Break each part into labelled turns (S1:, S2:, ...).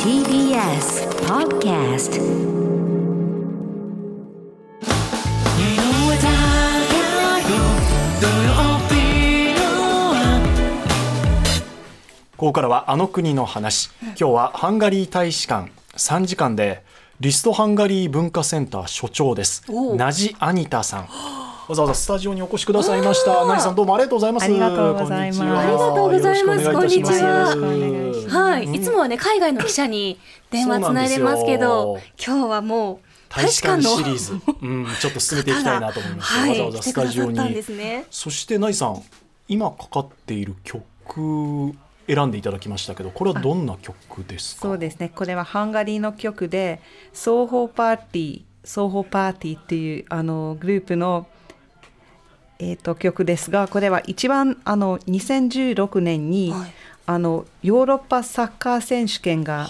S1: TBS Podcast
S2: ここからはあの国の話今日はハンガリー大使館3時間でリストハンガリー文化センター所長です
S3: おう
S2: ナジ・アニタさんわざわざスタジオにお越しくださいましたナジさんどうもありがとうございます
S3: ありがとうございます
S2: こんにちは
S3: ありが
S1: とうございます
S2: よろしくお願いいたし
S3: こんにち
S2: ます
S4: はい、いつもはね海外の記者に電話つないでますけど今日はもう
S2: 大使館シリー
S4: の
S2: ズ、うん、ちょっと進めていきたいなと思いました、
S4: はい
S2: わざわざスタジオ
S4: 来てくださったんで
S2: に
S4: すね
S2: そしてナジさん今かかっている曲選んでいただきましたけどこれはどんな曲ですか
S3: そうですねこれはハンガリーの曲で双方パーティー双方パーティーっていうあのグループの、えー、と曲ですがこれは一番あの2016年に、
S4: はい
S3: あのヨーロッパサッカー選手権が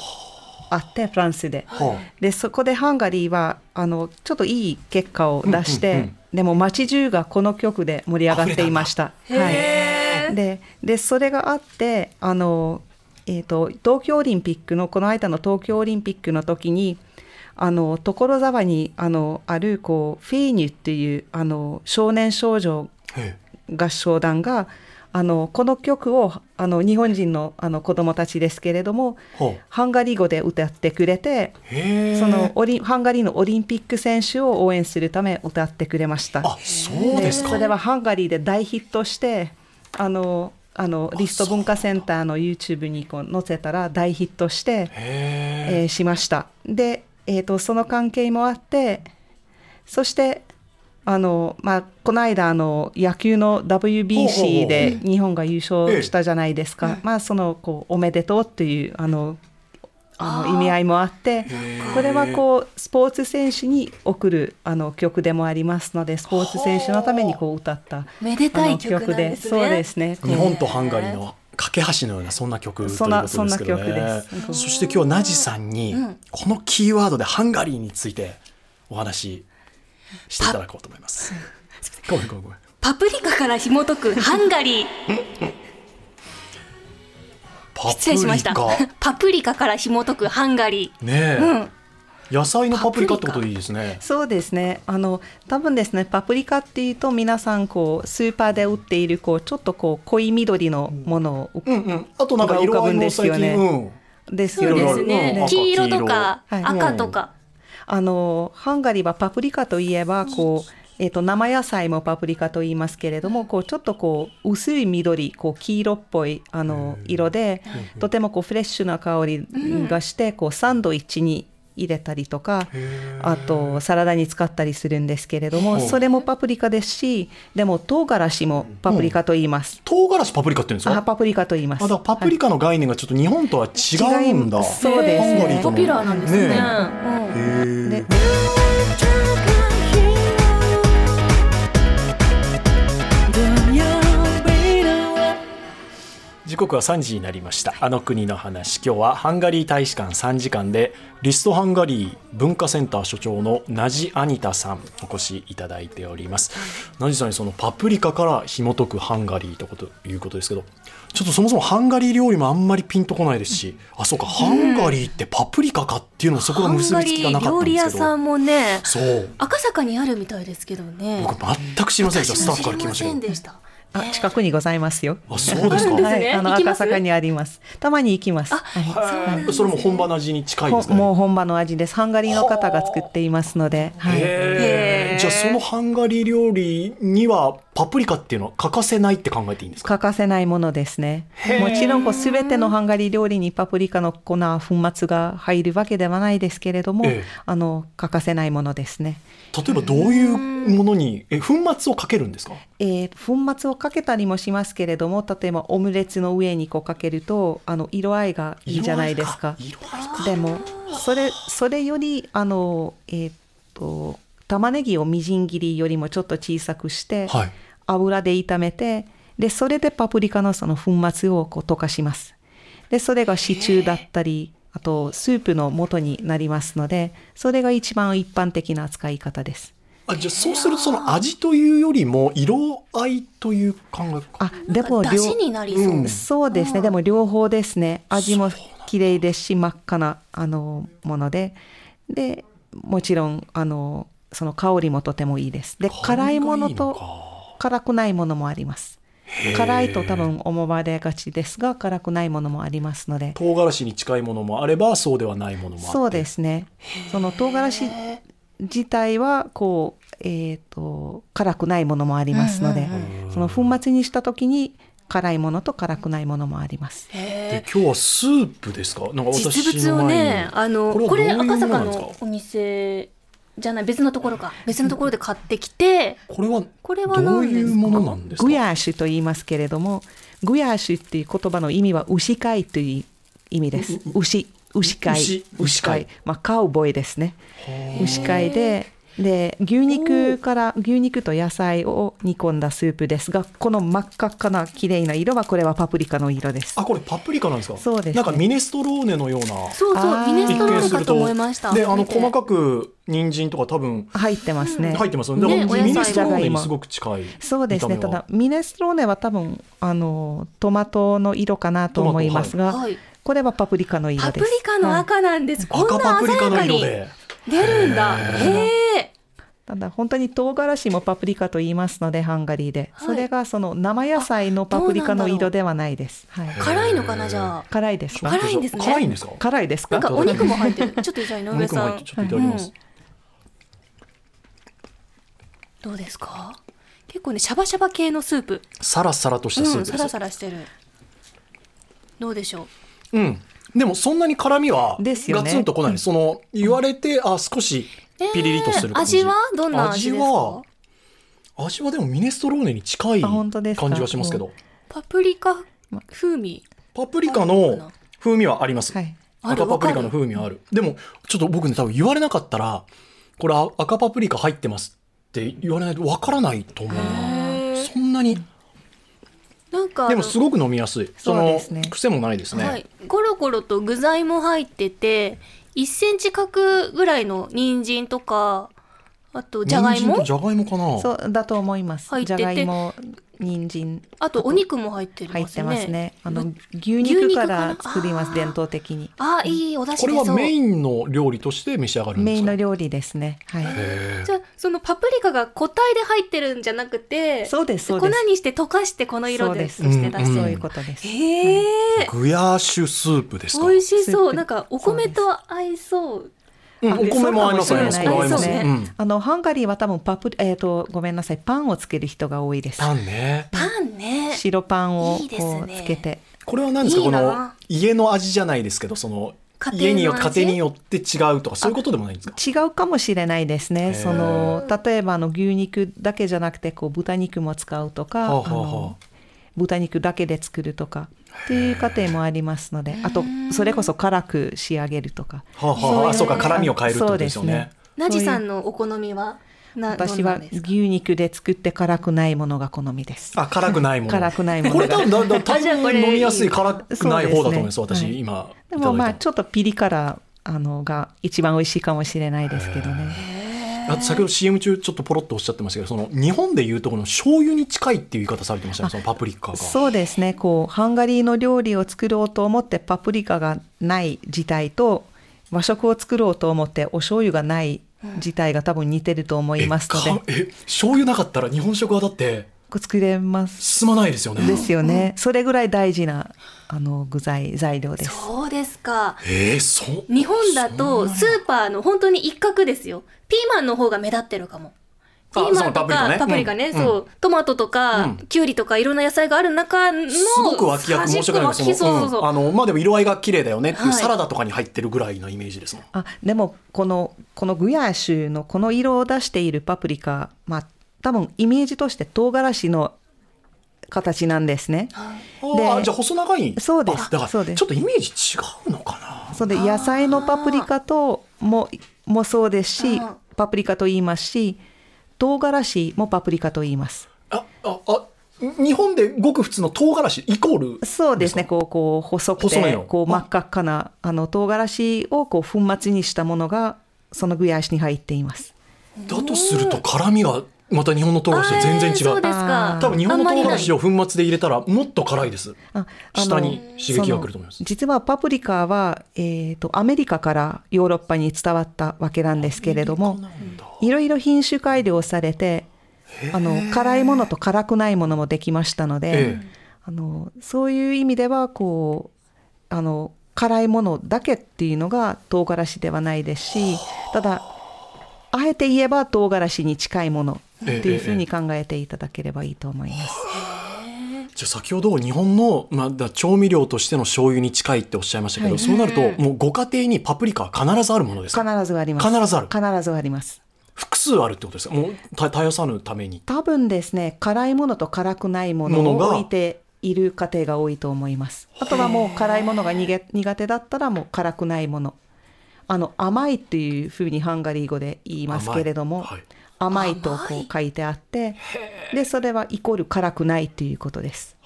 S3: あってフランスで。
S2: は
S3: でそこでハンガリーはあのちょっといい結果を出して、
S2: うんうんうん
S3: でも街中がこの曲で盛り上がっていました。
S4: へ
S3: はい、ででそれがあってあの、えー、と東京オリンピックのこの間の東京オリンピックの時にあの所沢にあのあるこうフィーニュっていうあの少年少女
S2: あへ
S3: 合唱団があのこの曲をあの日本人のあの子供たちですけれども
S2: えはあ
S3: ハンガリー語で歌ってくれて
S2: へえ
S3: そのオリンハンガリーのオリンピック選手を応援するため歌ってくれました。
S2: あそうですか
S3: それはハンガリーで大ヒットしてあのあのリスト文化センターの YouTube にこう載せたら大ヒットして、
S2: へえ
S3: えーしましたで、えー、とその関係もあってそしてあの、まあ、この間あの野球の
S2: ほうほうほう
S3: WBC で日本が
S2: え
S3: 優
S2: え
S3: 勝したじゃないですか、まあ、そのこうおめでとうっていうあのあの意味合いもあってこれはこうスポーツ選手に送るあの曲でもありますのでスポーツ選手のためにこう歌った
S4: めでたい曲
S3: あの
S4: なんですね
S3: そうですねこう
S2: 日本とハンガリーの架け橋のようなそんな曲というこ
S3: そ
S2: と
S3: んな
S2: ですけどね
S3: そんな曲
S2: そ
S3: です
S2: して今日ナジさんに
S4: うん
S2: このキーワードでハンガリーについてお話ししていただこうと思いますごめんごめんごめん
S4: パプリカから紐 解くハンガリー
S2: パ
S4: 失礼 しましたパプリカから紐解くハンガリ
S2: ねえ、
S4: ーうん
S2: 野菜のパプリカってことでいいですね
S3: そうですね。あの多分ですね、パプリカっていうと皆さんこうスーパーで売っているこうちょっとこう濃い緑のものを、
S2: うんうんあとなんか色合いも最近、
S3: 浮かぶんですよね
S2: うん
S3: です
S4: そう
S3: よね。
S4: ですね
S2: ね
S4: 黄色とか
S3: 黄色
S2: はい
S4: 赤とか、
S3: あのハンガリーはパプリカといえばこう。えっと生野菜もパプリカと言いますけれどもこうちょっとこう薄い緑こう黄色っぽいあの色でとてもこうフレッシュな香りがしてこうサンドイッチに入れたりとかあとサラダに使ったりするんですけれども
S2: うん
S3: それもパプリカですしでも唐辛子もパプリカと言います。
S2: 唐辛子パプリカって言うんです
S3: あ
S2: か
S3: パプリカと言いま
S2: あだ
S3: す。
S2: からパプリカの概念がちょっと日本とは違うんだ、
S3: 違いそうです
S2: ハンガリーと
S4: ポ
S2: も
S4: ピュラーなんですね
S2: ね
S4: うん
S2: えへえ
S3: で
S2: 時刻は3時になりましたあの国の話今日はハンガリー大使館3時間でリストハンガリー文化センター所長のナジ・アニタさんお越しいただいておりますナジさんにそのパプリカから紐解くハンガリーとこということですけどちょっとそもそもハンガリー料理もあんまりピンとこないですしあそうかハンガリーってパプリカかっていうのもそこが
S4: ハン
S2: 結
S4: ガ
S2: びつき
S4: リ
S2: がな
S4: ー
S2: かった
S4: 料
S2: ん
S4: 理
S2: で
S4: 屋
S2: すけ
S4: さ
S2: ど
S4: んもね
S2: そう
S4: 赤坂にあるみたいですけどね
S2: 僕全く知りませんでしたスタッフから来ました
S4: 私も知りません
S2: けど
S4: でした
S3: あ近くにございますよ。
S2: あそうですか
S4: あるんですね
S3: はい、あの
S4: 行きま
S3: 赤
S4: す
S3: 坂にあります。たまに行きます。
S4: あ
S3: はい
S2: へえそれも本場の味に近いですか
S3: ほ
S2: ね
S3: もう本場の味です。ハンガリーの方が作っていますので。はい。
S2: へ
S4: へ
S2: ー
S4: ー
S2: じゃあそのハンガリー料理にはパプリカっていうのは欠かせないって考えていいんですか
S3: 欠かせないものですね。もちろんこう全てのハンガリー料理にパプリカの粉粉末が入るわけではないですけれども、
S2: ええ
S3: あの欠かせないものですね。
S2: 例えばどういうものにえ粉末をかけるんですか
S3: えー粉末をかけたりもしますけれども、例えばオムレツの上にこうかけるとあの色合いがいいじゃないですか。
S2: 色合い
S3: でもそれそれよりあのえーっと玉ねぎをみじん切りよりもちょっと小さくして、
S2: はい
S3: 油で炒めてでそれでパプリカのその粉末をこう溶かしますでそれがシチューだったりあとスープの元になりますのでそれが一番一般的な扱い方です
S2: あじゃあそうするとその味というよりも色合いという考え
S3: あでも
S4: 出汁になりそう、
S2: うん
S3: そうですねでも両方ですね味も綺麗ですし真っ赤なあのものででもちろんあのその香りもとてもいいですで辛いものと辛くないものもあります辛いと多分思われがちですが辛くないものもありますので
S2: 唐辛子に近いものもあればそうではないものもあって
S3: そうですねその唐辛子自体はこう、えー、と辛くないものもありますので、
S4: うん
S2: うんうん
S3: その粉末にした時に辛いものと辛くないものもあります。
S4: へ
S2: で
S4: え
S2: 今日はスープですかなんか私の前に
S4: 実物をねあの
S2: これはどういうも
S4: これ赤
S2: の
S4: 坂
S2: なんですか
S4: のお店じゃない別のところか別のところで買ってきて
S2: これは
S4: これは
S2: どう
S4: 何
S2: い
S4: です
S2: う
S4: か
S2: ものなんですか
S3: グヤーシュと言いますけれども、グヤーシュっていう言葉の意味は牛飼いという意味です。牛、牛飼い
S2: 牛、
S3: 牛飼
S2: 牛
S3: い、まあカウボーイですね。牛飼いで、で牛肉から牛肉と野菜を煮込んだスープですが、この真っ赤っかな綺麗な色はこれはパプリカの色です。
S2: あこれパプリカなんですか
S3: そうですね
S2: なんかミネストローネのような
S4: そうそ
S3: あ
S4: う
S3: ー
S4: ミネ
S2: 一
S4: ストロー
S2: 見
S4: ネ
S2: す
S4: か
S2: る
S4: と
S2: と
S4: 思いました
S2: であの
S4: 見て
S2: 細かく人参とか多分
S3: 入ってますね。
S2: 入ってますよね,、
S4: ね
S2: だからミネストローネ
S3: お野菜が
S2: に
S3: 今
S2: すごく近い
S3: そうですね。
S2: 見た
S3: た
S2: 目は
S3: だミネストローネは多分あのトマトの色かなと思いますが、
S4: はい
S3: これはパプリカの色
S4: パ
S3: で
S4: プ
S3: す。
S4: リカの
S3: はい
S4: 赤なんです、こ
S2: 赤
S4: んな
S2: パプリカ
S4: 鮮や
S2: の
S4: か
S2: 色
S4: に
S2: で
S4: 出るんだへえ
S3: ただ本当に唐辛子もパプリカと言いますのでハンガリーで、
S4: はい
S3: それがその生野菜のパプリカの色ではないです。はい。
S4: 辛いのかなじゃあ
S3: 辛いですか。
S4: 辛いんですね
S2: 辛いんですか
S3: 辛いです
S4: な
S3: か
S4: ん。かお肉も入ってるちょっとじゃあ井
S2: お
S4: 上
S2: 肉も
S4: さ
S2: 入って
S4: ん
S2: ちょっといただきます、
S4: うんどうですか結構ねシャバシャバ系のスープ
S2: サラサラとしたスープで
S4: うん
S2: す、
S4: サラサラしてるどうでしょう
S2: うん、でもそんなに辛みは
S3: ですよ
S2: ガ
S3: ね
S2: ツンとこない、その言われてあ少しピリリとする感じ、
S4: えー味はどんな味ですか
S2: 味は味はでもミネストローネに近い
S3: あ本当ですか
S2: 感じがしますけど
S4: パプリカ風味
S2: パプリカ
S4: あるのか
S2: の
S4: な
S2: 風味はあります、
S3: はい。
S4: ある
S2: 赤パプリカの
S4: わかる
S2: 風味はあるでもちょっと僕ね多分言われなかったらこれあ赤パプリカ入ってますって言われないとわからないと思うなそんなに
S4: なんかあの
S2: でもすごく飲みやすいそ
S3: そう
S2: の
S3: ですね
S2: 癖もないですね、
S4: はい、ゴロゴロと具材も入ってて1センチ角ぐらいの人参とかあとじゃがい
S2: 人参と
S4: も
S2: じゃがいもかな
S3: そうだと思います
S4: 入っ。
S3: じ
S4: てて
S3: ゃがいも、人参
S4: あとお肉も入ってる
S3: 入ってますね。あの
S4: ぶ
S3: 牛肉から
S4: 牛肉から
S3: 作りま
S4: あ
S3: す
S4: ー
S3: 伝統的に。
S4: あいいお出
S2: こ
S4: 汁
S2: れ
S4: 出
S2: は
S4: そう
S2: メインの料理として召し上がるん
S3: メ
S2: で
S3: イ
S2: す
S3: ン
S2: か
S3: の料理ですね。はい。
S4: じゃあそのパプリカが個体で入ってるんじゃなくて
S3: そうですそう
S4: 粉
S3: です。
S4: にして溶かしてこの色で
S3: そ
S4: そう
S3: です
S4: して出
S2: ん
S4: して
S3: そう
S4: る
S3: いうことです。
S4: へえ
S2: グヤーシュスープですと。
S4: 美味し
S3: スー
S4: そう
S3: プ
S4: なんかお米と合いそう
S2: うんお米も合います
S4: そう
S2: 合い
S4: か
S2: ますこれ合い
S4: もしれない
S2: ます
S4: そうですね
S2: うん
S3: あのハンガリーは多分パプリえっ、とごめんなさいパンをつける人が多いです。
S2: パンね。
S4: パンね
S3: 白パンを
S4: いいですね
S3: こうつけて、
S2: これは何ですか
S4: いい
S2: こ
S4: な
S2: の家の味じゃないですけどその家
S4: 家庭の味
S2: によ家庭によって違うとかそういうことでもないんですか。
S3: 違うかもしれないです
S2: へー
S3: ね。その例えばあの牛肉だけじゃなくてこう豚肉も使うとか、
S2: はあはあ
S3: あの豚肉だけで作るとかっていう家庭もありますので、あとそれこそ辛く仕上げるとか。
S2: はあはあはあ。あそうか辛味を変えるってこ
S3: そ
S2: と
S3: う
S2: ですよね。
S4: なじさんのお好みはな
S3: 私
S4: どんな
S3: は
S4: んですか
S3: 牛肉で作って辛くないものが好みです。
S2: あ辛くないもの。
S3: 辛くないもの
S2: これ多分だだ大
S4: じゃあこ
S2: 分
S4: れ
S2: 飲みやすい辛くない方だと思います
S3: そうですねは
S2: 私
S3: い
S2: 今いただ
S3: で
S2: いた
S3: もまあ
S2: の。
S3: ちょっとピリ辛あのが一番美味しいかもしれないですけどね。
S2: あと先ほど CM 中ちょっとポロッとおっしゃってましたけどその日本でいうとこの醤油に近いっていう言い方されてましたねそのパプリカが。
S3: そうですねこうハンガリーの料理を作ろうと思ってパプリカがない事態と和食を作ろうと思ってお醤油がない事態が多分似てると思いますので、
S2: えかえ醤油なかったら日本食はだって
S3: こう作れます
S2: 進まないですよね
S3: ですよね、それぐらい大事なあの具材材料です。
S4: そうですか
S2: えー、そう
S4: 日本だとスーパーの本当に一角ですよピーマンの方が目立ってるかもピ
S2: あ
S4: ーマン
S2: そ
S4: と
S2: のパプリカ
S4: か
S2: ね
S4: パプリカね
S2: うん
S4: そう、トマトとか、
S2: うん
S4: きゅうりとかいろんな野菜がある中の
S2: すごく脇役申し訳ない
S4: 端っこ脇そうそうそう、
S2: んあのまあでも色合いが綺麗だよねっていう、
S4: はい
S2: サラダとかに入ってるぐらいのイメージですもん
S3: あでもこのこのグヤーシュのこの色を出しているパプリカまあ多分イメージとして唐辛子の形なんですね。で
S2: あーじゃあ細長い
S3: そうです
S2: あだから
S3: そうです
S2: ちょっとイメージ違うのか
S3: そうで野菜のパプリカとももそうですし
S4: あ
S3: パプリカと言いますし唐辛子もパプリカと言います
S2: なあああ日本でごく普通の唐辛子イコール
S3: そうですね
S2: です
S3: こうこう細く
S2: 細め
S3: て
S2: の
S3: こう
S2: あ
S3: 真っ赤っかなあの唐辛子をこう粉末にしたものがその具合に入っています
S2: だとすると辛みがまた日本の唐辛子と全然
S4: あーそう
S2: 違う
S4: ですか
S3: あー
S2: 多分日本の
S4: あん
S2: 唐
S4: まりない
S2: 辛子を粉末で入れたらもっと辛いです
S3: ああの
S2: 下に刺激が来ると思いま
S3: そ
S2: す
S3: の実はパプリカは、えー、とアメリカからヨーロッパに伝わったわけなんですけれどもいろいろ品種改良されてあの辛いものと辛くないものもできましたので、
S2: ええ
S3: あのそういう意味ではこうあの辛いものだけっていうのが唐辛子ではないですしただあえて言えば唐辛子に近いものっていうふうに考えていただければいいと思います。
S2: じゃあ先ほど日本の、まあ、だ調味料としての醤油に近いっておっしゃいましたけど、
S3: はい
S2: そうなるともうご家庭にパプリカは必ずあるものです
S3: 必
S2: か
S3: ずあります。
S2: 必ずある
S3: 必ずあります。
S2: 複数あるってことですかもうた絶やさぬために
S3: 多分ですね辛いものと辛くないも
S2: も
S3: の
S2: のが
S3: を置いている家庭が多いと思いますあとはもう辛いものが逃げ苦手だったらもう辛くないものあの甘いっていうふうにハンガリー語で言いますけれども
S2: 甘い
S3: 甘
S2: はい
S3: い,、とこう書いてあってでそれはイコール辛くないっていうことです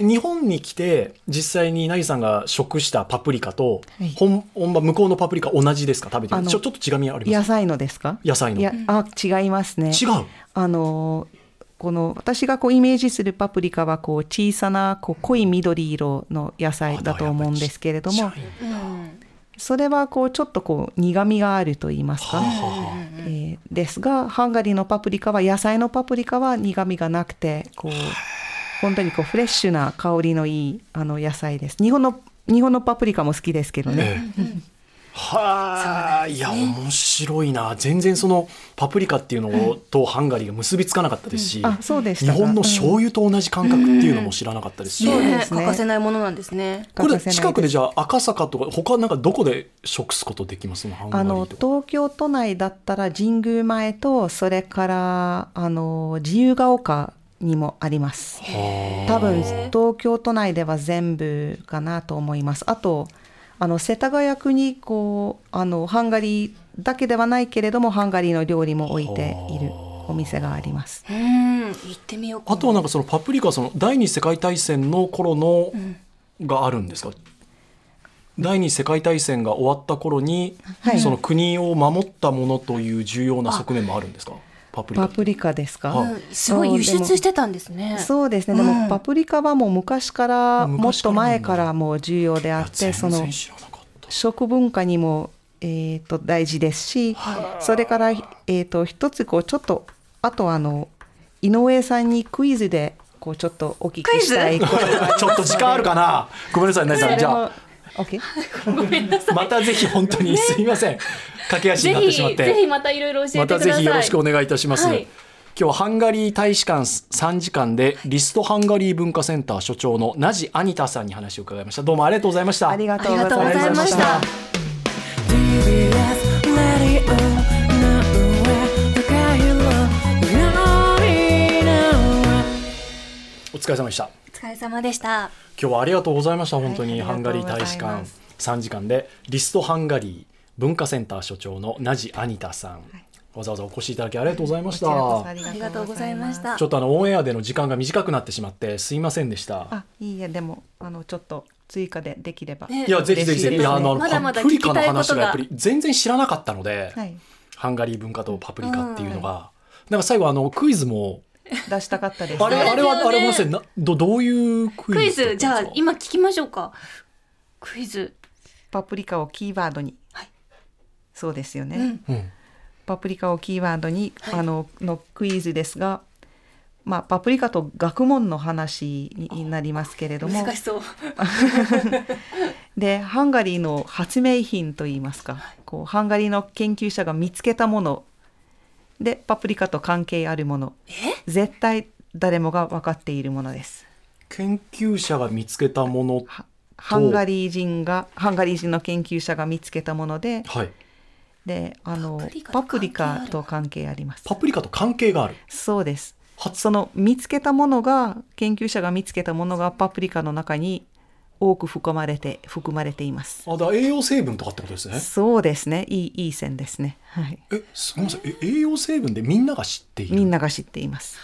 S2: 日本に来て実際にナギさんが食したパプリカと、
S3: はい
S2: 本本場向こうのパプリカ同じですか食べて
S3: あ
S2: み
S3: の
S2: てちょちょっと違みありま
S3: 野
S2: す
S3: 菜のですか
S2: 野菜の
S3: いやあ違いますね
S2: 違う
S3: あのこの私がこうイメージするパプリカはこう小さなこう濃い緑色の野菜だと思うんですけれど
S2: ち
S3: も
S2: っちゃい
S4: うん
S3: それはこうちょっとこう苦みがあると言いますか、
S2: はあはあ
S3: えーですがハンガリーのパプリカは野菜のパプリカは苦みがなくてこう本当にこうフレッシュな香りのいいあの野菜です日本の日本のパプリカも好きですけどね、
S2: ええはあ、いや面白いな全然そのパプリカっていうのとハンガリーが結びつかなかったですし、
S3: あそうでし
S2: 日
S3: たか
S2: 本の醤油と同じ感覚っていうのも知らなかったですし、
S3: そう
S4: ね
S3: ですね
S4: 欠かせないものなんですね。
S2: これ
S3: 欠かせない
S2: 近くでじゃあ赤坂とか他なんかどこで食すことできますのハンガ
S3: あ
S2: リー
S3: の
S2: とか
S3: 東京都内だったら神宮前とそれからあの自由が丘にもあります多分東京都内では全部かなと思いますあとあの世田谷区にこうあのハンガリーだけではないけれどもハンガリーの料理も置いているお店があります
S4: うん、行ってみようかな。
S2: あとはなんかそのパプリカはその第二次世界大戦の頃の、があるんですか第二次世界大戦が終わった頃に、
S3: はい
S2: その国を守ったものという重要な側面もあるんですかパプリカ
S3: パ
S2: って
S3: プリカですか、
S2: はい
S4: うんすごい輸出してたんですね。
S3: そうですね、でもパプリカはもう昔からもっ
S2: 昔から
S3: と
S2: なんだ
S3: 前からもう重要であっ
S2: いや
S3: てそ
S2: 全
S3: の
S2: 然知らなかった
S3: 食文化にも、えー、と大事ですし、それから、えー、と一つこうちょっとあとあの井上さんにクイズでこうちょっとお聞きしたいことがありますの で
S2: ちょっと時間あるかなごめんなさい、ナイ さん。じゃあ、
S3: それも OK?
S2: またぜひ本当にすいません。駆け足に
S4: ぜ
S2: なってしまっ
S4: ひ、ぜひ
S2: て。
S4: またいろいろ教え
S2: ま
S4: て
S2: た
S4: ください。
S2: ぜひよろしくお願いいたします。
S4: はい
S2: 今日はハンガリー大使館3時間でリストハンガリー文化センター所長のナジ・アニタさんに話を伺いました。どうもありがとうございました。
S3: ありが
S4: あ
S3: とう
S4: りが
S3: ご
S4: とうご
S3: ざ
S4: ざ
S3: い
S4: い
S3: ま
S4: ま
S3: し
S4: したた。
S5: TBS ラディオの上高いのりの上
S2: お疲れ様でした。
S4: お疲れ様でした。
S2: 今日はありがとうございました本当に、
S3: はい
S2: ハンガリー大使
S3: ありがとう
S2: 館
S3: ござい
S2: 3時間でリストハンガリー文化センター所長のナジ・アニタさん、わざわざお越しいただきありがとうございました
S4: ありがとうございました。
S2: ちょっとあのオンエアでの時間が短くなってしまってすいませんでした
S3: あいいえでもあのちょっと追加でできれば、
S4: ね
S2: いやぜひぜひぜひいやあの
S4: まだまだ
S2: パプリカの
S4: 聞きたいこ
S2: 話
S4: と
S2: が
S4: が
S2: やっぱり全然知らなかったので、
S3: はい、
S2: ハンガリー文化とパプリカっていうのが、なんか最後あのクイズも
S3: 出したかったです
S2: あれあれは
S4: そうですよね
S2: あれごめんなさいなどどういうクイズ
S4: クイズ、じ
S2: だ
S4: ゃ
S2: った
S4: あ
S2: んですか
S4: 今聞きましょうか。クイズ。
S3: パプリカをキーワードに、
S4: はい
S3: そうですよね、
S2: うん
S3: パプリカをキーワードに、あののクイズですが、まあ、パプリカと学問の話にになりますけれども
S4: 難しそう。
S3: でハンガリーの発明品といいますかこうハンガリーの研究者が見つけたものでパプリカと関係あるもの絶対誰もが分かっているものです。
S2: 研究者が見つけたもの
S3: はハンガリー人がハンガリー人の研究者が見つけたもので
S2: はい
S3: であの
S4: パ
S3: パ
S4: プ
S3: プ
S4: リ
S3: リ
S4: カ
S3: カ
S4: と
S3: と関係あります。
S2: パプリカと関係がある
S3: そうです
S2: 発
S3: その見つけたものが研究者が見つけたものがパプリカの中に多く含まれて含まれています
S2: あだから栄養成分とかってことですね
S3: そうですねいいいい線ですねはい
S2: えすごめんなさいえ栄養成分でみんなが知っている
S3: みんなが知っています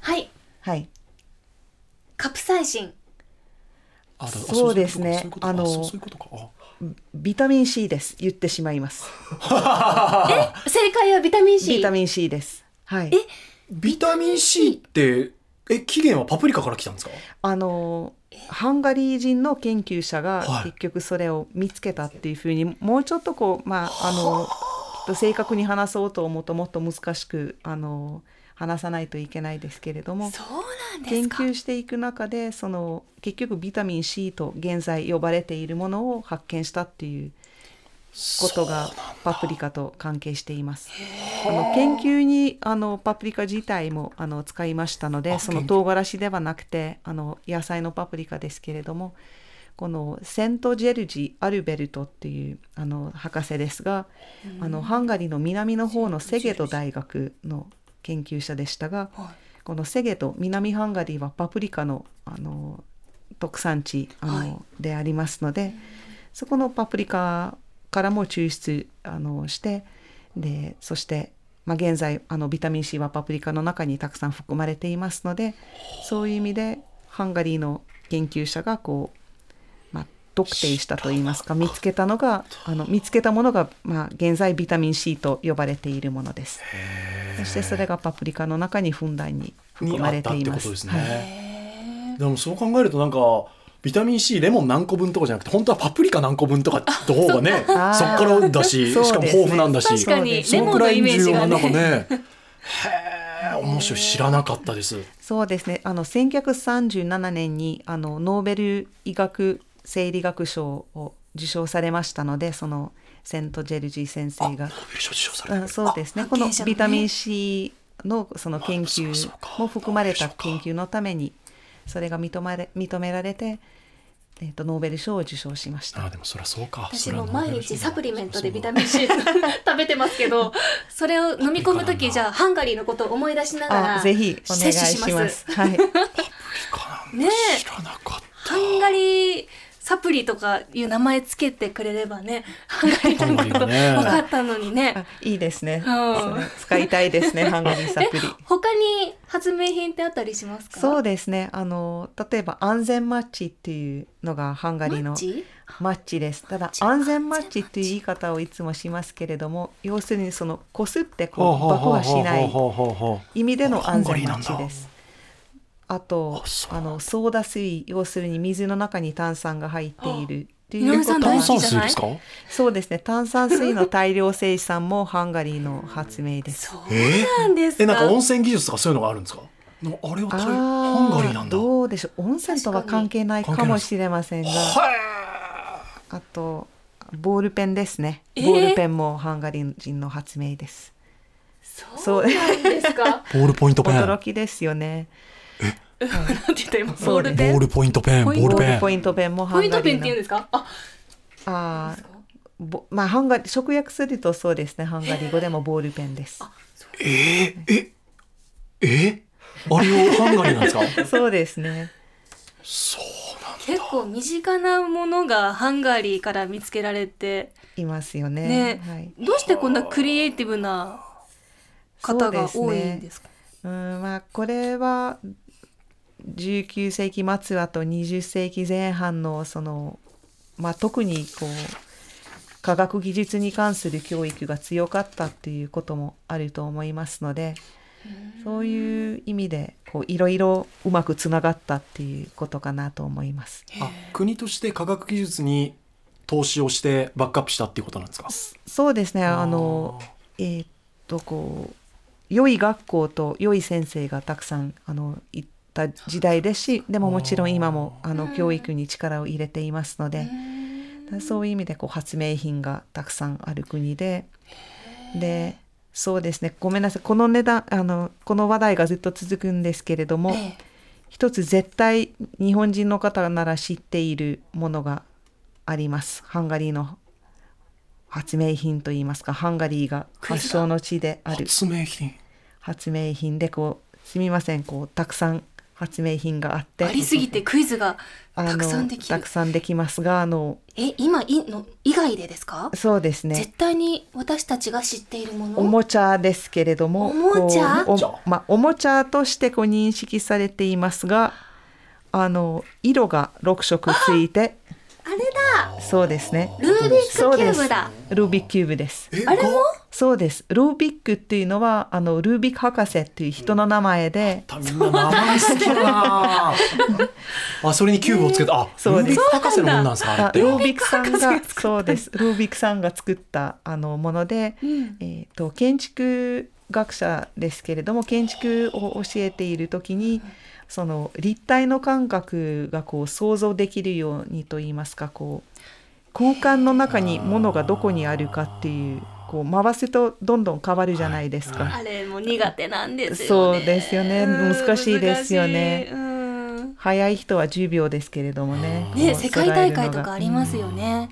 S4: はい。
S3: はい
S4: カプサイシン。
S2: あだから
S3: そうですね
S2: そういうことか
S3: あの
S2: そういうことかあ
S3: ビタミン C です言ってしまいます
S4: え、正解はビタミン C。
S3: ビタミン C ですはい、
S2: ビタミン C ってえ起源はパプリカから来たんですか
S3: あのハンガリー人の研究者
S2: は
S3: が
S2: い
S3: 結局それを見つけたっていうふうに、もうちょっとこうまああのきっと正確に話そうと思うともっと難しくあの話さないといけないですけれども
S4: そうなんで
S3: 研
S4: すか。
S3: 究していく中でその結局ビタミン C と現在呼ばれているものを発見したっていうことがパプリカと関係しています。あの研究にあのパプリカ自体もあの使いましたの
S2: あ
S3: でその
S2: 研究
S3: 唐辛子ではなくてあの野菜のパプリカですけれどもこのセントジェルジ・アルベルトっていうあの博士ですがあのハンガリーの南の方のセゲト大学の研究者でしたがこのセゲト南ハンガリーはパプリカのあの特産地あの、
S4: はい
S3: でありますのでそこのパプリカからも抽出あのしてでそして、まあ、現在あのビタミン C はパプリカの中にたくさん含まれていますのでそういう意味でハンガリーの研究者がこう、まあ、特定したといいますか見つけたのがあの見つけたものが、まあ、現在ビタミン C と呼ばれているものです。そしてそれがパプリカの中にふんだんに含
S2: に
S3: ま
S2: あ
S3: れ
S2: った
S3: て
S2: っ
S3: い
S2: てこ
S3: ま
S2: と
S3: す。
S2: です
S3: はい
S2: ね。でもそう考えるとなんかビタミン C レモン何個分とかじゃなくて本当はパプリカ何個分とかの方が ねそっ
S3: あー
S2: からだし、
S3: そう
S2: し
S3: です
S2: かも
S3: ね
S2: 豊富なんだし
S4: 確かに
S2: そ
S4: レ
S2: の
S4: モ
S2: く
S4: ンの
S2: らい
S4: イメー
S2: 重
S4: ジ
S2: 要な
S4: が
S2: なんか
S4: ね。
S2: ねへー面白い知らなかったです。
S3: そうですね。あの1937年にあのノーベル医学生理学賞を受賞されましたので、そのセントジェルジー先
S2: あノー
S3: 生
S2: ベ
S3: が
S2: ル、賞受賞され
S3: う
S2: た
S3: ん、そうですね。こ
S4: 発見者のね
S3: のビタミン C のその研
S2: あそう
S3: 究
S2: かそうか
S3: も含まれた研究のために、それが認まれ認められて、えっ、とノーベル賞を受賞しました。
S2: あでもそりゃそうか。
S4: 私
S2: そりゃ
S4: も
S2: ノーベ
S4: 毎
S2: ル
S4: 日
S2: 賞
S4: サプリメントでビタ
S2: ミ
S4: ミン C 食べてますけど、それを飲み込むと
S2: いいかな
S4: きじゃあハンガリーのことを思い出しなが
S3: あ
S4: ら、
S3: ぜひお願い
S4: 摂取
S3: し
S4: し
S3: ま。
S4: ますす。
S3: はい。
S2: ン
S4: ねえ
S2: 知らなかった。
S4: ハンガリーサプリとかいう名前つけてくれればね、ハンガリー
S2: ハン
S4: のこと
S2: ガリーね
S4: 分かったのにね
S3: あ。いいですね。
S4: うん
S3: それ使いたいですね。ハンガリーサプリ。
S4: 他に発明品ってあったりしますか
S3: そう
S4: う
S3: ですね。あの例えば安全マッチっていうのがハンガリー
S4: マ
S3: の
S4: ッチ
S3: マッチです。ただ安全マッチっていう言い方をいつもしますけれども、要するにそのこすって
S2: ほう
S3: こう
S2: ほう
S3: 爆
S2: ほう
S3: 破
S2: ほ
S3: し
S2: う
S3: ない
S2: ほうほうほう
S3: 意味での
S2: ハン
S3: 安全マッ
S2: ガリー
S3: チ
S2: なん
S3: で
S2: だ
S3: す。あと
S2: あそう
S3: あのソーダ水要するに水の中に炭酸が入っているってい
S4: 井
S3: う
S4: 上
S3: こと
S4: さん
S3: は
S2: 炭
S4: 大好
S2: 酸
S4: きじ
S2: 水
S4: ゃな
S2: で
S4: い
S2: すか？
S3: そうですね炭酸水の大量生産もハンガリーの発明です。
S4: そう
S2: え
S4: なんですか
S2: えなんか温泉技術とかそういうのがあるんですか？なんかあれはタイ
S3: あ
S2: ハンガリーなんだ。
S3: どうでしょう温泉とは関係ない
S2: 確か
S3: か
S2: に
S3: もしれませんがあとボールペンですね
S4: えー
S3: ボールペンもハンガリー人の発明です、
S4: そう なんですか
S2: ボールポイントペン。
S3: 驚きですよね
S4: なんて言った今ボ
S3: そ
S4: ー
S3: うで
S4: ル
S3: す
S4: ペ
S2: ボー
S4: ン
S2: ルポイントペン、ボールペン。
S3: ポイントペンもハ
S4: ポイ
S3: ン
S4: ン
S3: ガ
S4: トペ
S3: リ
S4: ンって言うんで
S3: ーの
S4: すかあ
S3: あーぼまあハンガリー直訳するとそうですねハンガリー語でもボールペンです
S2: えあれをハンガリーなんです か
S3: そうですね
S4: 結構身近なものがハンガリーから見つけられて
S3: いますよね
S4: ね、
S3: はい、
S4: どうしてこんなクリエイティブな方が多いんですか
S3: うんまあこれは19世紀末あと20世紀前半のその、まあ、特にこう科学技術に関する教育が強かったっていうこともあると思いますのでそういう意味でこういろいろうまくつながったっていうことかなと思います。
S2: あ国として科学技術に投資をしてバックアップしたっていうことなんですか
S3: そうですねあのえーっとこう良い学校と良い先生がたくさんあのいた時代ですしでももちろん今もあの教育に力を入れていますのでそういう意味でこう発明品がたくさんある国ででそうですねごめんなさいこの値段あのこの話題がずっと続くんですけれども、
S4: え
S3: 一つ絶対日本人の方なら知っているものがありますハンガリーの発明品といいますかハンガリーが発祥の地である
S2: 発明品
S3: 発明品でこうすみませんこうたくさん発明品があっ
S4: え
S3: て
S4: ありすぎてクイズが
S3: あの
S4: たくさんでき
S3: た
S4: る
S3: くさんできますがあの
S4: え今いの以外でですか
S3: そうですね
S4: 絶対に私たちが知っているもの
S3: おもちゃですけれども
S4: おもちゃ
S3: こうお,、まあ、おもちゃとしてこう認識されていますがあの色が6色ついて
S4: あれだ
S3: そうですね
S4: ルービックキューブだ
S3: ルービックキューブです。
S2: え
S4: あれも
S3: そうです。ルービックっていうのは、あの、ルービック博士っていう人の名前で、
S2: みんな名前好きだなあそれにキューブをつけたあ
S3: そうです
S2: ルービック博士のもんなんですか
S3: あ
S2: って
S3: ルービックさんが、そうです。ルービックさんが作った、あの、もので、えっ、と、建築学者ですけれども、建築を教えているときに、その、立体の感覚がこう、想像できるようにと言いますか、こう、空間の中に物がどこにあるかっていう、こう、回すとどんどん変わるじゃないですか。
S4: あれも苦手なんですよね。
S3: そうですよね
S4: うん
S3: 難しいですよ
S4: 難し
S3: ね
S4: いうん
S3: 早い人は10秒ですけれどもね。こ
S4: ね、
S3: う
S4: 世界大会
S3: 揃えるの
S4: と
S3: が
S4: かありますよね。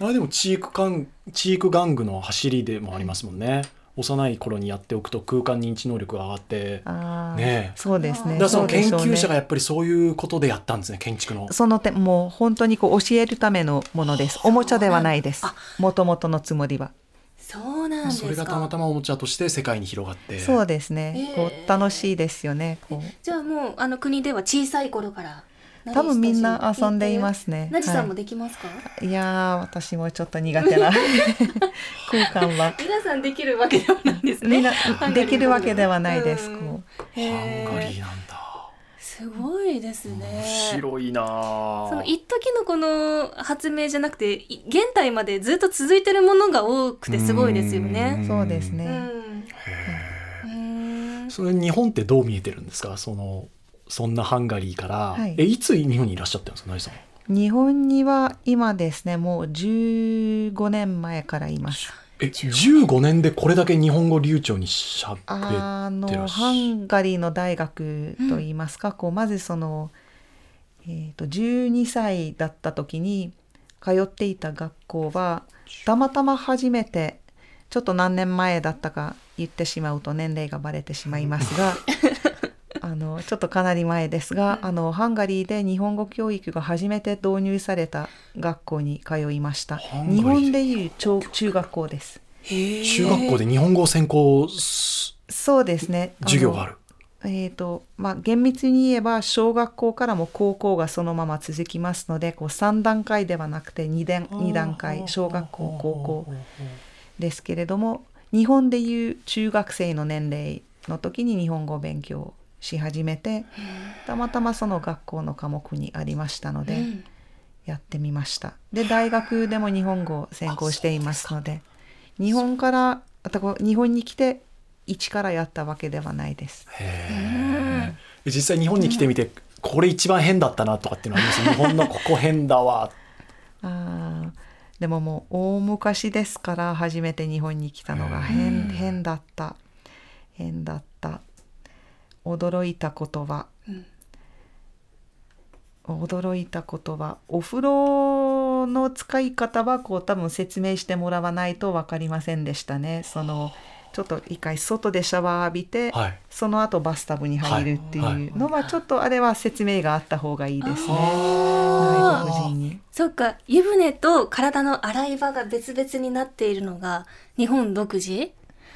S2: あれでもチークカンチーク玩具の走りでもありますもんね幼い頃にやっておくと空間認知能力が上がって
S3: あー
S2: ねえ
S3: そうです
S2: だ
S3: ね。
S2: からその
S3: うで
S2: 研
S3: しょうね
S2: 究者がやっぱりそういうことでやったんですね建築の
S3: その点もう本当にこう教えるためのものです。おもちゃではないです。もともとのつもりは。
S4: そうなんです
S2: そ
S4: か。
S2: れがたまたまおもちゃとして世界に広がって
S3: そうですね。こ
S4: ええ
S3: う楽しいですよね。こう
S4: じゃあもうあの国では小さい頃から
S3: 多分みんな遊んでいますね
S4: なじさんも
S3: は
S4: できますか？
S3: いやー私もちょっと苦 手な空間は。
S4: 皆さんできるわけではないんですね。
S3: みんな
S4: ハンガリーの方
S3: できるわけではないです。
S4: うん
S3: こ
S4: へ
S2: ハンガリ
S4: ー
S2: ーなんだ
S4: すごいですね。
S2: 白いな
S4: その
S2: あ
S4: 一時のこの発明じゃなくてい現代までずっと続いてるものが多くてすごいですよ
S2: う
S3: う。
S4: ね。
S2: ん
S3: そうです
S4: うん。
S3: ね。
S4: うん
S2: それ日本ってどう見えてるんですかそのそんなハンガリーから、
S3: はい
S2: えいつ日本にいらっしゃったんですかなじさん
S3: 日本には今ですね、もう15年前からいます。
S2: え15年でこれだけ日本語流暢にしゃ
S3: あ
S2: べってら
S3: の
S2: っし
S3: ハ
S2: ゃる
S3: ンガリーの大学といいますか、こうまずその、えー、と12歳だった時に通っていた学校はたまたま初めてちょっと何年前だったか言ってしまうと年齢がバレてしまいます があのちょっとかなり前ですがあのハンガリーで日本語教育が初めて導入された学校に通いました
S2: ハンガリー
S3: 日本でいう小中学校です
S2: 中学校で日本語を専攻す
S3: そうですねの
S2: 授業がある
S3: えーとまあ、厳密に言えば小学校からも高校がそのまま続きますのでこう3段階ではなくて 2, 段2段階小学校高校ですけれども日本でいう中学生の年齢の時に日本語を勉強し始めてたまたまその学校の科目にありましたのでやってみました。で大学でも日本語を専攻していますので日本からあとこう日本に来て一からやったわけではないです。
S2: え実際日本に来てみて、これ一番変だったなとかっていうのはあります日本のここ変だ わ
S3: あーでももう大昔ですから初めて日本に来たのが変変だった変だった驚いたことは、驚いたことはお風呂の使い方はこう多分説明してもらわないと分かりませんでしたねそのちょっと一回外でシャワー浴びて、
S2: はい
S3: その後バスタブに入るっていうのはちょっとあれは説明があった方がいいですね、
S4: あー
S3: 外国人に。
S4: そっか湯船と体の洗い場が別々になっているのが日本独自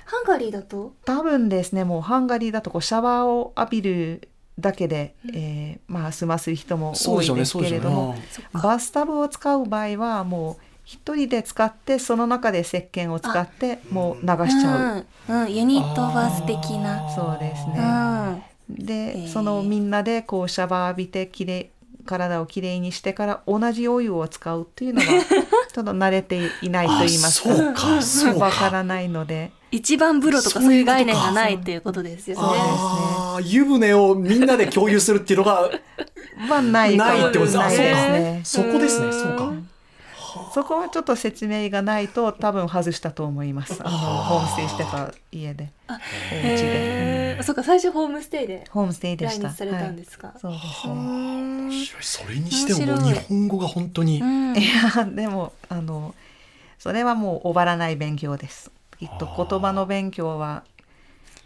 S4: ハンガリーだと
S3: 多分ですねもうハンガリーだとこうシャワーを浴びるだけで、えーまあ済ます人も
S2: そう
S3: 多
S2: でしょ
S3: いう
S2: ね
S3: です
S2: そうで
S3: け
S2: しょうね
S3: れども、バスタブを使う場合はもう一人で使ってその中で石鹸を使ってもう流しちゃう、
S4: うん、うん、ユニットバス的な
S3: そうです
S4: う
S3: ね、
S4: ん
S3: で、
S4: ー
S3: そのみんなでこうシャワー浴びてきれい体をきれいにしてから同じお湯を使うっていうのはちょっと慣れていないと言います
S2: あそうかそうか
S3: わからないので
S4: 一番風呂とかそういう概念がないっていうことですよ
S3: そう
S4: ね
S3: いうことか
S2: あー湯船をみんなで共有するっていうのが
S3: はないかも
S2: ないってことです
S3: な
S2: あ
S3: い
S2: そう
S3: です
S2: か
S3: ね。
S2: そこですねそうか
S3: そこはちょっと説明がないと多分外したと思います。あのホームステイしてた家で、お家で、
S4: へーそっか最初ホームステイで
S3: ホームステイで
S4: 来
S3: した。
S4: 日されたんですか、
S3: はい、そうですね。
S2: 面白いそれにしても
S4: 面
S2: もう
S4: 白い
S2: 日本語が本当に、
S4: うん
S3: いやでもあのそれはもう終わらない勉強です。きっと言葉の勉強は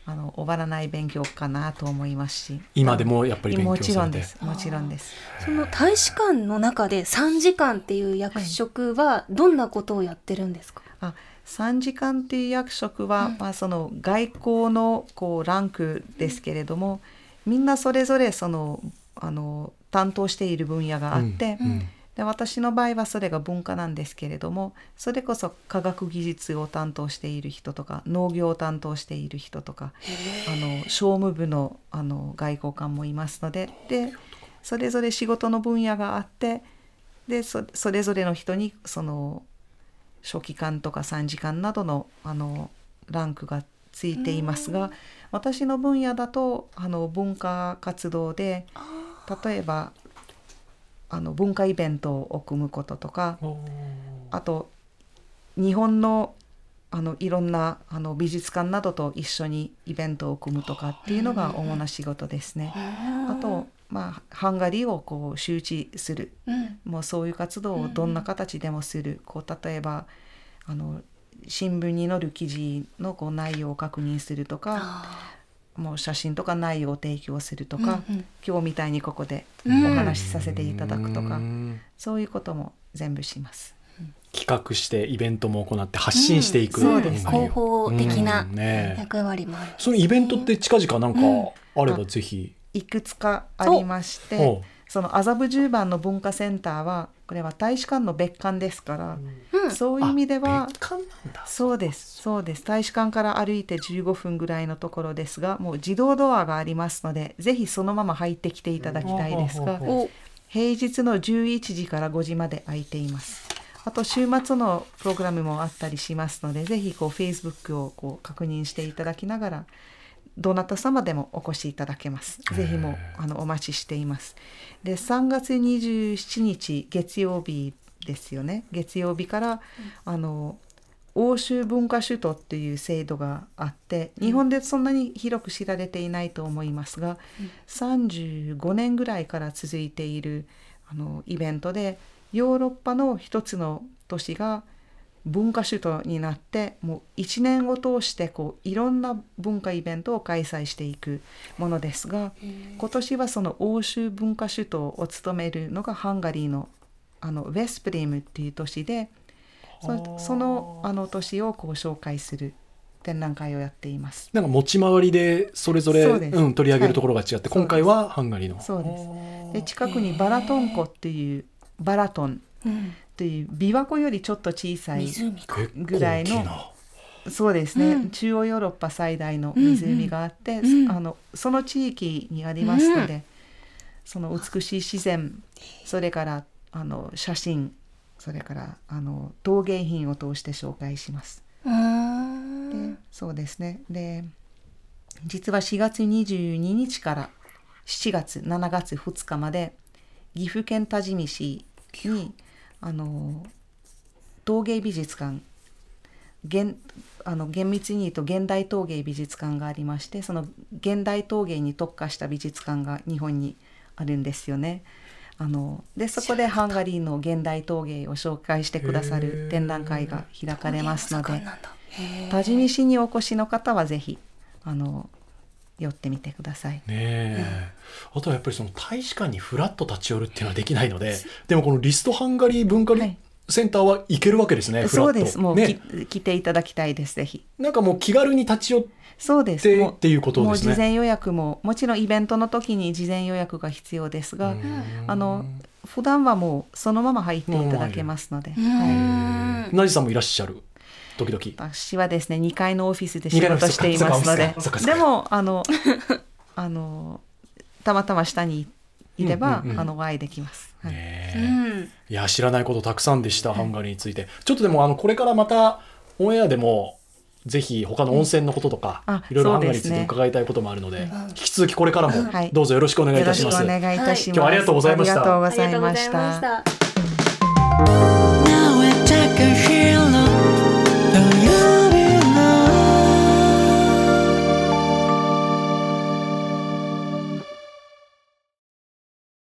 S3: あの終わらない勉強かなと思いますし、
S2: 今でもやっぱり勉
S3: も
S2: 強
S3: ち
S2: さ
S3: ろ
S2: れ
S3: ん
S2: て
S3: です。もちろんです。
S4: その大使館の中で3時間っていう役職はどんなことをやってるんですか、
S3: あ3時間っていう役職は、まあ、その外交のこうランクですけれども、みんなそれぞれそのあの担当している分野があって、
S2: うんうん
S3: で私の場合はそれが文化なんですけれどもそれこそ科学技術を担当している人とか農業を担当している人とかあの商務部のあの外交官もいますのででそれぞれ仕事の分野があってでそそれぞれの人にその書記官とか参事官などのあのランクがついていますが私の分野だとあの文化活動で例えばあの文化イベントを組むこととか
S2: おー
S3: あと日本のあのいろんなあの美術館などと一緒にイベントを組むとかっていうのが主な仕事ですね。あと、まあ、ハンガリーをこう周知する
S4: うん
S3: もうそういう活動をどんな形でもする、こう例えばあの新聞に載る記事のこう内容を確認するとかもう写真とか内容を提供するとか、
S4: うんうん
S3: 今日みたいにここでお話しさせていただくとか、
S2: うん
S3: そういうことも全部します。
S2: 企画してイベントも行って発信していく、
S4: そうです
S2: ハンガリー
S4: 広報的な
S2: うんね
S4: 役割もある
S2: そのイベントって近々なんかあればぜひ、
S3: いくつかありまして
S2: おう
S3: その麻布十番の文化センターはこれは大使館の別館ですから、
S4: うん
S3: そういう意味では
S2: 別館なんだ
S3: そうですそうです大使館から歩いて15分ぐらいのところですがもう自動ドアがありますのでぜひそのまま入ってきていただきたいですが、
S2: うん
S4: お
S3: 平日の11時から5時まで空いていますあと週末のプログラムもあったりしますのでぜひこう Facebook をこう確認していただきながらどなた様でもお越しいただけますぜひもうあのお待ちしていますで3月27日月曜日ですよね月曜日から、あの欧州文化首都っていう制度があって日本でそんなに広く知られていないと思いますが、35年ぐらいから続いているあのイベントでヨーロッパの一つの都市が文化首都になってもう1年を通してこういろんな文化イベントを開催していくものですが今年はその欧州文化首都を務めるのがハンガリーのあのウェスプリムっていう都市でそのそのあの都市をこう紹介する展覧会をやっています。
S2: なんか持ち回りでそれぞれ
S3: そうです
S2: うん、取り上げるところが違って、
S3: はい
S2: 今回はハンガリーの
S3: そうですで近くにバラトン湖っていうバラトンという琵琶湖よりちょっと小さい
S4: 湖か
S2: 結構
S3: ぐらい
S2: 大き
S3: の
S2: な
S3: そうですね、中央ヨーロッパ最大の湖があって、あのその地域にありますので、その美しい自然それからあの写真それからあの陶芸品を通して紹介します。
S4: うーん
S3: でそうですねで実は4月22日から7月7月2日まで岐阜県多治見市にあの陶芸美術館現あの厳密に言うと現代陶芸美術館がありましてその現代陶芸に特化した美術館が日本にあるんですよね。あのでそこでハンガリーの現代陶芸を紹介してくださる展覧会が開かれますので。
S4: なんだ
S3: 多治見市にお越しの方はぜひあの寄ってみてください。
S2: ねえ、あとはやっぱりその大使館にフラッと立ち寄るっていうのはできないのででもこのリストハンガリー文化
S3: はい
S2: センターは行けるわけですね、フラッ
S3: そ
S2: と
S3: うです。もう、
S2: ね、
S3: き来ていただきたいです。ぜひ。
S2: なんかもう気軽に立ち寄っ
S3: そうです。
S2: て
S3: もう
S2: っていうこと
S3: も
S2: で
S3: う
S2: す
S3: 事
S2: ね
S3: 前予約ももちろんイベントの時に事前予約が必要ですが、あの普段はもうそのまま入っていただけますので、はい、
S2: なじさんもいらっしゃる時々
S3: 私はですね2階のオフィスで
S2: 二
S3: 仕
S2: 階のオフィ
S3: 事
S2: ス
S3: していますので
S2: そっかそっかそっかそっか
S3: でもあの あのたまたま下にいれ
S2: う
S3: ば、
S2: んうんうん
S3: あのお会いできます。はい
S2: ね
S4: う
S2: え
S4: ん
S2: いや知らないことたくさんでした、ハンガリーについてちょっとでもあのこれからまたオンエアでもぜひ他の温泉のこととか、
S3: うんあ
S2: いろいろハンガリー
S3: そ
S2: につ
S3: うです
S2: い
S3: ね
S2: て伺いたいこともあるので、引き続きこれからも
S3: はい
S2: どうぞよろしくお願いい
S3: よろ
S2: たし
S3: しくお
S2: ます。
S3: 願いいたします。
S2: 今日はありがとうございました
S3: ありがとうご
S4: ありがと
S3: ざいう
S4: ご
S3: ま
S4: ざい
S3: し。
S4: ましたた
S5: Now I take a hero. Do you